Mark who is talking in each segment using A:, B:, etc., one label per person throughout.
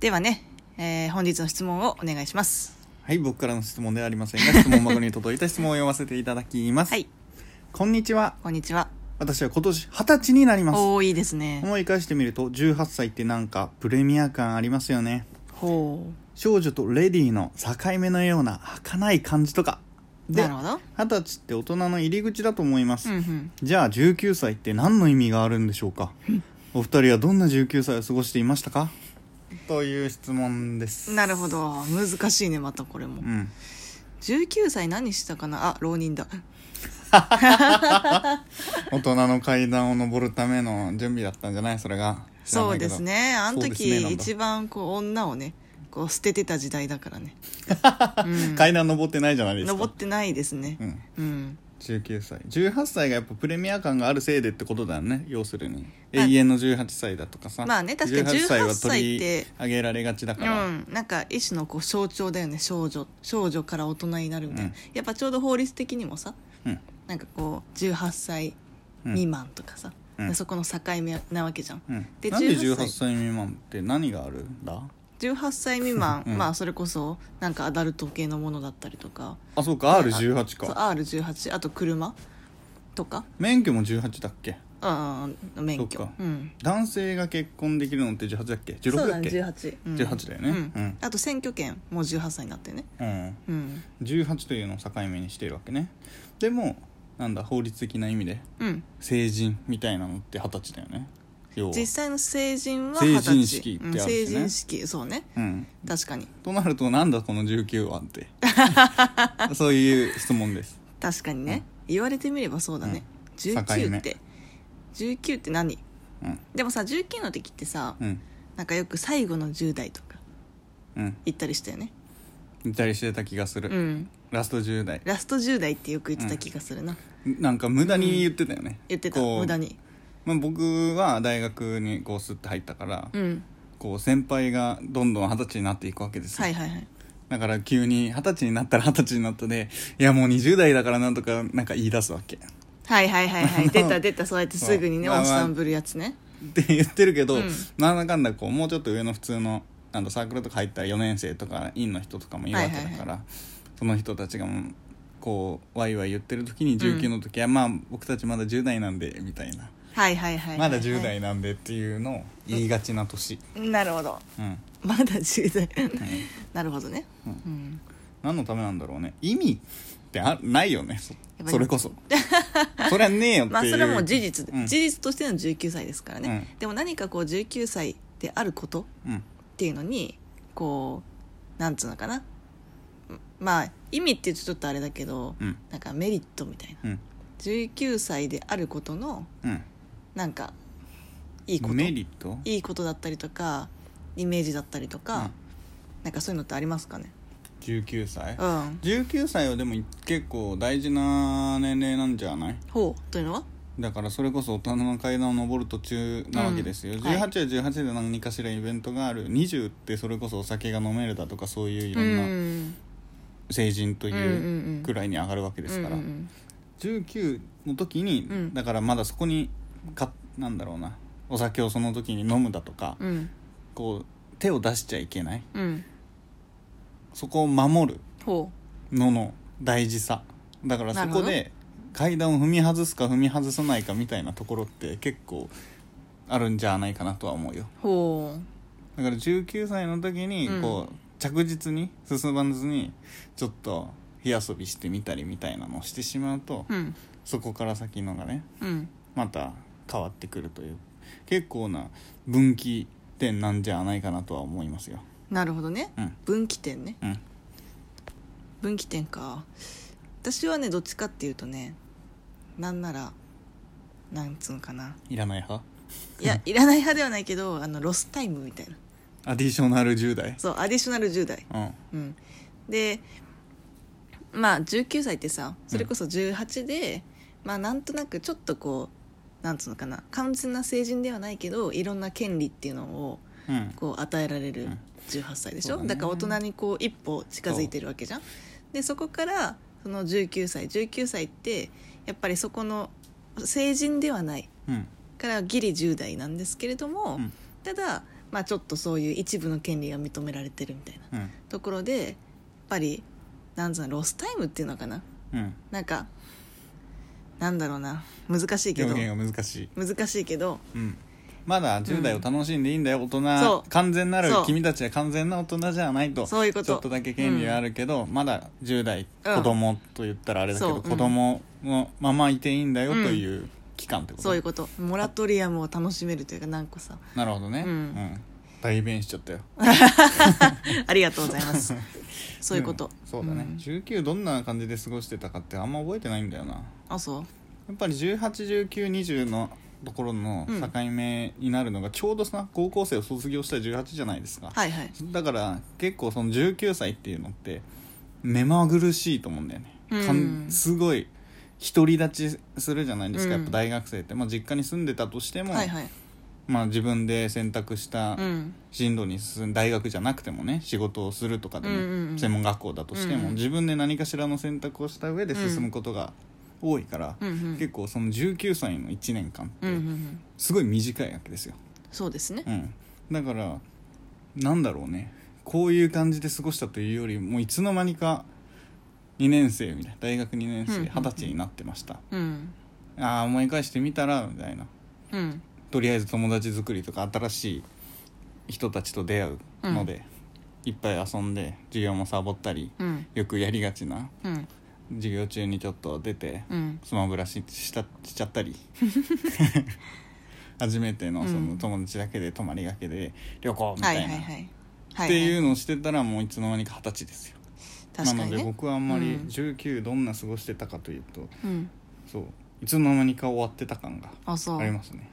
A: ではね、えー本日の質問をお願いします
B: はい、僕からの質問ではありま せんが、質問箱に届いた質問を読ませていただきます。
A: はい
B: こんにちは。
A: こんにちは
B: 私は今年二十歳になります。
A: おおいいですね
B: 思い返してみると、18歳ってなんかプレミア感ありますよね。
A: ほ
B: 少女とレディーの境目のような儚い感じとか。
A: う
B: で
A: なる、ほど
B: 二十歳って大人の入り口だと思います。
A: うんうん
B: じゃあ19歳って何の意味があるんでしょうかお二人はどんな19歳を過ごしていましたかという質問です。
A: なるほど難しいねまたこれも
B: うん。
A: 19歳何したかなあ浪人だ
B: 大人の階段を登るための準備だったんじゃないそれが知ら
A: そ
B: な
A: う
B: いけ
A: で
B: ど
A: すねあの
B: そうですねなん
A: 時
B: だ
A: 一番こう女をねこう捨ててた時代だからね、うん
B: 階段登ってないじゃないですか
A: 登ってないですね
B: うん、
A: うん
B: 19歳18歳がやっぱプレミア感があるせいでってことだよね要するに
A: まあ
B: 永遠の18歳だとかさ
A: まあね確かに
B: 18
A: 18歳って
B: 上げられがちだ
A: う
B: から、
A: ん、なんか一種のこう象徴だよね少女少女から大人になるみたいな、
B: うん
A: やっぱちょうど法律的にもさ
B: うん
A: なんかこう18歳
B: うん
A: 未満とかさ、
B: うん
A: そこの境目なわけじゃん
B: うん
A: で
B: なんで
A: 18
B: 18
A: 歳
B: 歳未満って何があるんだ
A: 18歳未満、
B: うん
A: まあそれこそなんかアダルト系のものだったりとか
B: あそうか R18
A: そう
B: か
A: R18 あと車とか
B: 免許も18だっけ
A: うんうん免許
B: そっか
A: うん
B: 男性が結婚できるのって18だっけ
A: そう
B: 16だ
A: だ
B: っ
A: ね
B: け
A: 18、うん
B: 18だよね
A: うん
B: うん
A: あと選挙権もう18歳になってね
B: うん
A: うん
B: 18というのを境目にしているわけねでもなんだ法律的な意味で
A: うん
B: 成人みたいなのって二十歳だよね要は
A: 実際の成人は
B: 成
A: 20
B: 人
A: 歳
B: 式
A: う
B: っ
A: ん、
B: てあるしね
A: 成人式そうね
B: うん
A: 確かに
B: となるとなんだこの19はって そういう質問です
A: 確かにね、言われてみればそうだね、
B: 境
A: 19
B: 目
A: って19って何
B: うん
A: でもさ19の時ってさ、
B: うん
A: なんかよく最後の10代とか
B: うん
A: 言ったりしたよね
B: 似たりしてた気がする、
A: うん
B: ラスト10代
A: ラスト10代ってよく言ってた気がするな、
B: なんか無駄に言ってたよね、
A: 言ってた
B: こう
A: 無駄に
B: まあ、僕は大学にこうスッて入ったから、
A: うん
B: こう先輩がどんどん二十歳になっていくわけですよ
A: はいはいはい
B: だから急に二十歳になったら二十歳になったでいやもう20代だからなんとかなんか言い出すわけ
A: はいはいはい はい出た出たそうやってすぐにね
B: そう
A: おっさんぶるやつね
B: って言ってるけど、
A: うん
B: なんだかんだこうもうちょっと上の普通のなんだサークルとか入ったら4年生とか院の人とかもいるわけだから、
A: はいはい
B: その人たちがもうこうワイワイ言ってる時に19の時は、まあ僕たちまだ10代なんでみたいな、
A: はいはいはいはい
B: まだ10代なんでっていうのを言いがちな年、
A: なるほど
B: うん
A: まだ10代
B: うん
A: なるほどね
B: う
A: うん
B: 何のためなんだろうね意味ってあないよねそ
A: ぱり
B: それこ そそれはねえよっていう、
A: まあそれはもう事実で、
B: うん
A: 事実としての19歳ですからね、でも何かこう19歳であることっ
B: うん
A: ていうのにこうなんつうのかなまあ意味って言うとちょっとあれだけど、
B: うん
A: なんかメリットみたいな
B: うん
A: 19歳であることの
B: うん
A: なんかいいこと
B: メリット
A: いいことだったりとかイメージだったりとか、
B: うん
A: なんかそういうのってありますかね
B: 19歳
A: うん
B: 19歳はでも結構大事な年齢なんじゃない
A: ほうというのは
B: だからそれこそ大人の階段を上る途中なわけですよ、
A: うんはい
B: 18は18で何かしらイベントがある20ってそれこそお酒が飲めるだとかそういういろ
A: うん
B: なん成人と
A: うんうんう
B: い
A: ん
B: うくらいに上がるわけですから、
A: うんうん
B: 19の時に、
A: うん
B: だからまだそこにかなんだろうなお酒をその時に飲むだとか、
A: うん
B: こう手を出しちゃいけない
A: うんうん
B: そこを守る
A: ほ
B: のの大事さだからそこ
A: な
B: で階段を踏み外すか踏み外さないかみたいなところって結構あるんじゃないかなとは思うよ
A: うほう
B: だから19歳の時に
A: うん
B: こう、着実に進まずにちょっと火遊びしてみたりみたいなのをしてしまうと、
A: うん
B: そこから先のがね
A: うん
B: また変わってくるという結構な分岐点なんじゃないかなとは思いますよ
A: なるほどね、
B: うん
A: 分岐点ね
B: うん
A: 分岐点か私はねどっちかっていうとねなんならなんつうのかない
B: らない派
A: いやいらない派ではないけどあのロスタイムみたいな
B: アディショナル10代
A: そうアディショナル10代
B: うん
A: うん、でまあ19歳ってさそれこそ18で、まあなんとなくちょっとこうなんつうのかな完全な成人ではないけどいろんな権利っていうのを
B: うん
A: こう与えられる
B: うん
A: 18歳でしょ
B: そう
A: だ,、
B: だね
A: から大人にこう一歩近づいてるわけじゃん。でそこからその19歳19歳ってやっぱりそこの成人ではない
B: うん
A: からギリ10代なんですけれども、
B: うん
A: ただまあ、ちょっとそういう一部の権利が認められてるみたいな
B: うん
A: ところでやっぱりなんつうのロスタイムっていうのかな
B: うん
A: なんかなんだろうな難しいけど
B: 表現が難しい、
A: 難しいけど
B: うん、まだ10代を楽しんでいいんだよ、大
A: そ
B: 人
A: う
B: 完全なる
A: そう
B: 君たちは完全な大人じゃないと
A: そういうこと
B: ちょっとだけ権利はあるけど、まだ10代
A: うん
B: 子供と言ったらあれだけど、
A: そううん
B: 子供のままいていいんだよという期間ってこと、
A: そういうことモラトリアムを楽しめるというかなんかさ
B: なるほどね、
A: うん
B: 代弁しちゃったよ
A: ありがとうございますそういうこと、
B: んそうだね、
A: ん
B: 19どんな感じで過ごしてたかってあんま覚えてないんだよな
A: あそう
B: やっぱり181920のところの
A: うん
B: 境目になるのがちょうどさ高校生を卒業した18じゃないですか、
A: はいはい
B: だから結構その19歳っていうのって目まぐるしいと思うんだよね、
A: うん
B: かんすごい独り立ちするじゃないですか、
A: うん
B: やっぱ大学生って、まあ、実家に住んでたとしても、
A: はいはい
B: まあ、自分で選択した
A: うん
B: 進路に進ん大学じゃなくてもね仕事をするとかでも、
A: うんうんうん
B: 専門学校だとしても、
A: うん
B: 自分で何かしらの選択をした上で進むことが多いから、
A: うんうん
B: 結構その19歳の1年間
A: うんうんう
B: って
A: ん
B: すごい短いわけですよ、
A: そうですね
B: うん、だからなんだろうねこういう感じで過ごしたというよりもいつの間にか2年生みたいな大学2年
A: うんうん
B: 生
A: うん
B: 二十歳になってました、
A: うん
B: ああ思い返してみたらみたいな
A: うん
B: とりあえず友達作りとか新しい人たちと出会うので、いっぱい遊んで授業もサボったり
A: うん
B: よくやりがちな
A: うん
B: 授業中にちょっと出て
A: うん
B: スマブラししたしちゃ ったり初めてのそうの
A: ん
B: 友達だけで泊まりがけで旅行み
A: は
B: た
A: い
B: い
A: は
B: な、
A: いはいは
B: っていう
A: は
B: のをしてたらもういつの間にか二十歳ですよ、
A: 確か
B: な
A: に
B: ので
A: ね
B: 僕はあんまり
A: うん
B: 19どんな過ごしてたかというと、
A: うん
B: そういつの間にか終わってた感が
A: あそ
B: あり
A: う
B: ますね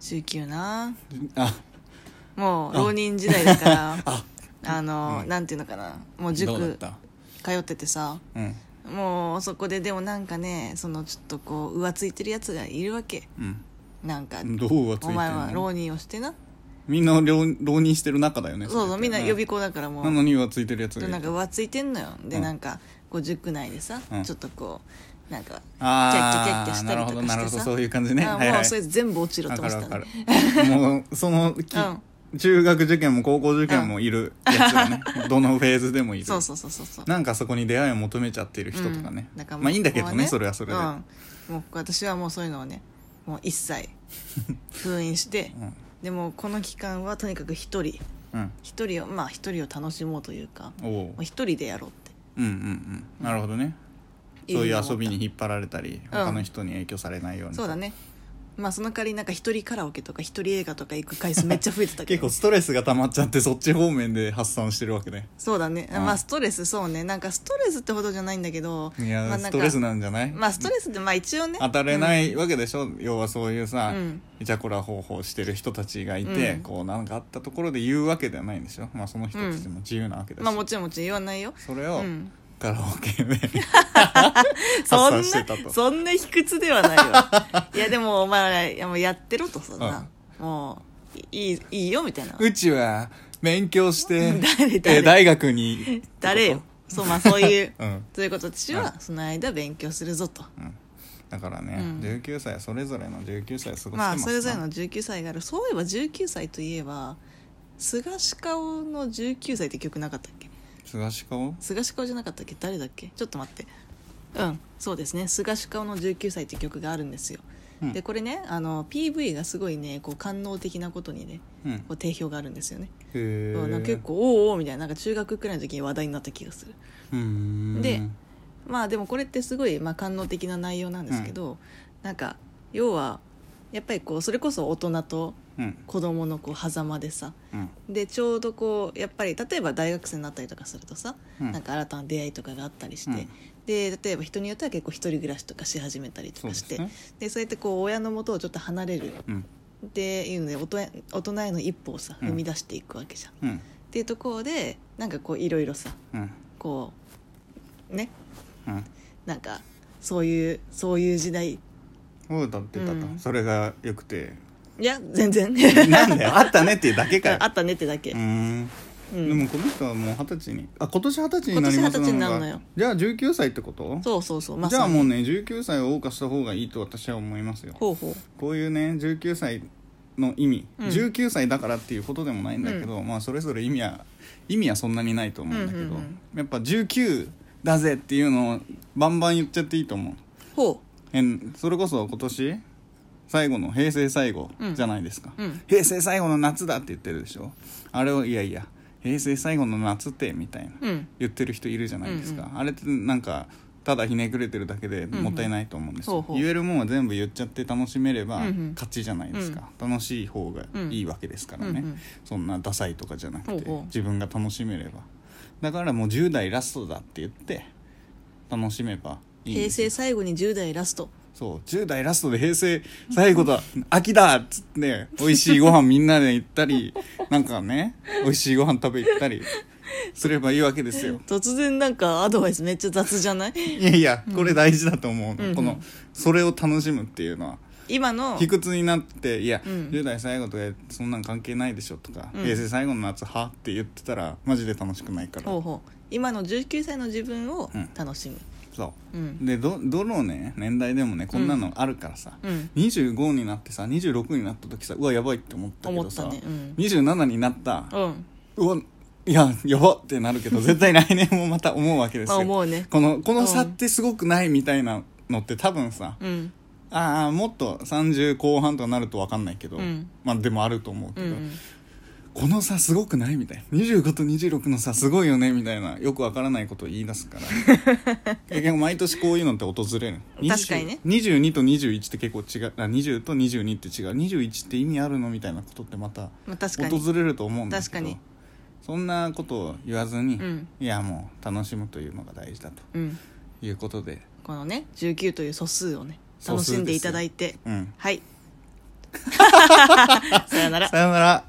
A: 19な
B: あ
A: もう浪人時代だから
B: あ
A: あの、
B: うん
A: なんていうのかなもう
B: どうだっ
A: 塾
B: た
A: 通っててさ
B: うん
A: もうそこででもなんかねそのちょっとこう浮ついてるやつがいるわけ
B: うん
A: なんか、
B: どうはつい
A: お
B: て
A: 前は
B: る
A: 浪
B: の
A: 人をしてな
B: みんな浪浪人してる中だよね
A: そうそうみんな予備
B: 校
A: 校だからも
B: な
A: う
B: のにはついてるやつが
A: なんか浮ついてんのよで、
B: うん
A: なんかこう塾内でさ、
B: うん
A: ちょっとこうなんかキャッ
B: あ
A: キャキャッキャし
B: ー
A: た
B: な
A: り
B: る
A: とか
B: ほど
A: して
B: な
A: さ
B: るほどそういう感じね
A: あ
B: はいは
A: もう
B: い
A: それ全部落ちろって思ってた
B: わか
A: の
B: るわかるもうその き、
A: うん
B: 中学受験も高校受験もいるやつがね、どのフェーズでもいる
A: そうそうそうそうそう
B: なんかそこに出会いを求めちゃってる人とかね、
A: うんだからもう
B: まあいいんだけど
A: こ
B: ね
A: こは
B: それはそれで、
A: うん、もう私はもうそういうのをねもう一 切封印して
B: うん
A: でもこの期間はとにかく一人
B: うん
A: 一人をまあ一人を楽しもうというか
B: おおう
A: もう一人でやろうって
B: うんうんうんなるほどね、
A: うん
B: そういう遊びに引っ張られたり、
A: うん
B: 他の人に影響されないように
A: そうだねまあその代わりなんか一人カラオケとか一人映画とか行く回数めっちゃ増えてたけ
B: 結
A: ど
B: 構ストレスが溜まっちゃってそっち方面で発散してるわけね
A: そうだね、
B: うん
A: まあストレスそうねなんかストレスってほどじゃないんだけど
B: いやー、
A: まあ、
B: ストレス
A: な
B: なんじゃない、
A: まあストレスってまあ一応ね、
B: 当たれないいわけでしょ、要はそういうさ、
A: うん
B: イチャコラ方法してる人たちがいて、
A: うん
B: こうなんかあったところで言うわけではないんでしょ、まあ、その人たちも自由なわけ
A: う
B: だ
A: ん
B: し、
A: まあもちろんもちろん言わないよ
B: それ
A: う
B: を
A: ん
B: カラオケ で発
A: そん
B: 散
A: な
B: してたと
A: そんな卑屈ではない わいやでもお前いやもうやってろとそんな、もういいいいよみたいな
B: うちは勉強して
A: 誰誰
B: えー大学に
A: 誰よそうまあそういう、
B: うん
A: ということで私はその間勉強するぞと、
B: だからね、
A: うん
B: 19歳それぞれの19歳を過ごしてます
A: まあそれぞれの19歳があるそういえば19歳といえば菅氏顔の19歳って曲なかったっけ
B: 菅氏顔
A: 菅氏顔じゃなかったっけ誰だっけちょっと待ってうんそうですね菅氏顔の19歳って曲があるんですよ、
B: うん
A: でこれねあの PV がすごいねこう官能的なことにね
B: うんへ
A: こう定評があるんですよね、
B: え
A: うんなんか結構おーおーみたいななんか中学くらいの時に話題になった気がする
B: うーん
A: でまあでもこれってすごい、まあ、官能的な内容なんですけど、なんか要はやっぱりこうそれこそ大人と
B: うん
A: 子供のこう狭間でさ
B: うん
A: でちょうどこうやっぱり例えば大学生になったりとかするとさ、
B: うん
A: なんか新たな出会いとかがあったりして、
B: うん
A: で例えば人によっては結構一人暮らしとかし始めたりと
B: そう
A: かし
B: です
A: て
B: ね
A: でそうやってこう親の元をちょっと離れる
B: うん
A: っていうので大人大人への一歩をさ
B: うん
A: 踏み出していくわけじゃん。
B: うん
A: っていうところでなんかこういろいろさ
B: うん
A: こうね
B: うん
A: なんかそういうそういう時代
B: を歌ってたと、
A: うん
B: それがよくて
A: いや全然
B: なんだよあったねっていうだけかよ
A: あったねってだけ、
B: うーん
A: うん
B: でもこの人はもう二十歳にあ今年二十歳になり
A: 今
B: ま
A: 年二
B: す
A: 十歳になるのよ
B: んかじゃあ19歳ってこと
A: そうそうそうま
B: じゃあも
A: う
B: うね19歳を謳歌した方がいいと私は思いますよ
A: ほうほう
B: こういうね19歳の意味、
A: うん
B: 19歳だからっていうことでもないんだけど、まあそれぞれ意味は意味はそんなにないと思うんだけど、
A: うんうんうん
B: やっぱ19だぜっていうのをバンバン言っちゃっていいと思う
A: ほ
B: えんそれこそ今年最後の平成最後じゃないですか、
A: ううん
B: 平成最後の夏だって言ってるでしょあれをいやいや平成最後の夏ってみたいな
A: うん
B: 言ってる人いるじゃないですか、
A: うん
B: あれってなんかただひねくれてるだけで
A: んうん
B: もったいないと思うんですよ、
A: ほうほう
B: 言えるもんは全部言っちゃって楽しめれば
A: うんうん
B: 勝ちじゃないですか、楽しい方がいいわけですからね、
A: うんうん
B: そんなダサいとかじゃなくて
A: ほうほう
B: 自分が楽しめればだからもう10代ラストだって言って楽しめばいいん
A: 平
B: です
A: 成
B: よ
A: 最後に10代ラスト
B: そう10代ラストで平成最後だ秋だっつって美味しいご飯みんなで行ったりなんかね美味しいご飯食べ行ったりすればいいわけですよ
A: 突然なんかアドバイスめっちゃ雑じゃ ない
B: いやいやこれ大事だと思うの、
A: うん
B: こ
A: う
B: の
A: ん
B: それを楽しむっていうのは
A: 今の
B: 卑屈になっていや、
A: うん
B: 10代最後とかそんなん関係ないでしょとか、
A: うん
B: 平成最後の夏はって言ってたらマジで楽しくないから
A: ほうほう今の19歳の自分を
B: うん
A: 楽しむ
B: そ
A: うん
B: うでどどのね年代でもねこんなのあるからさ、
A: うん
B: 25になってさ26になった時さうわやばいって思ったけ
A: 思
B: ど
A: っ
B: さ、
A: たねうん
B: 27になった
A: うん
B: うわいややばってなるけど絶対来年もまた思うわけです
A: まあ
B: よ、
A: 思うね
B: このこの差ってすごくないみたいなのって多分さ、
A: うん
B: ああもっと30後半とかなると分かんないけど、
A: うん
B: まあでもあると思う
A: う
B: け
A: ん
B: ど、
A: うん
B: この差すごくないみたいな25と26の差すごいよねみたいなよく分からないことを言い出すから 結局毎年こういうのって訪れる20
A: 確かにね
B: 22と21って結構違うあ20と22って違う21って意味あるのみたいなことってまた
A: まあ確かに
B: 訪れると思うんだけど
A: 確かに
B: そんなことを言わずに、
A: うん
B: いやもう楽しむというのが大事だと
A: うん
B: いうことで、
A: このね19という素数をね
B: 素
A: 楽
B: 数です
A: しんでいただいて
B: うん、
A: はいさよなら
B: さよなら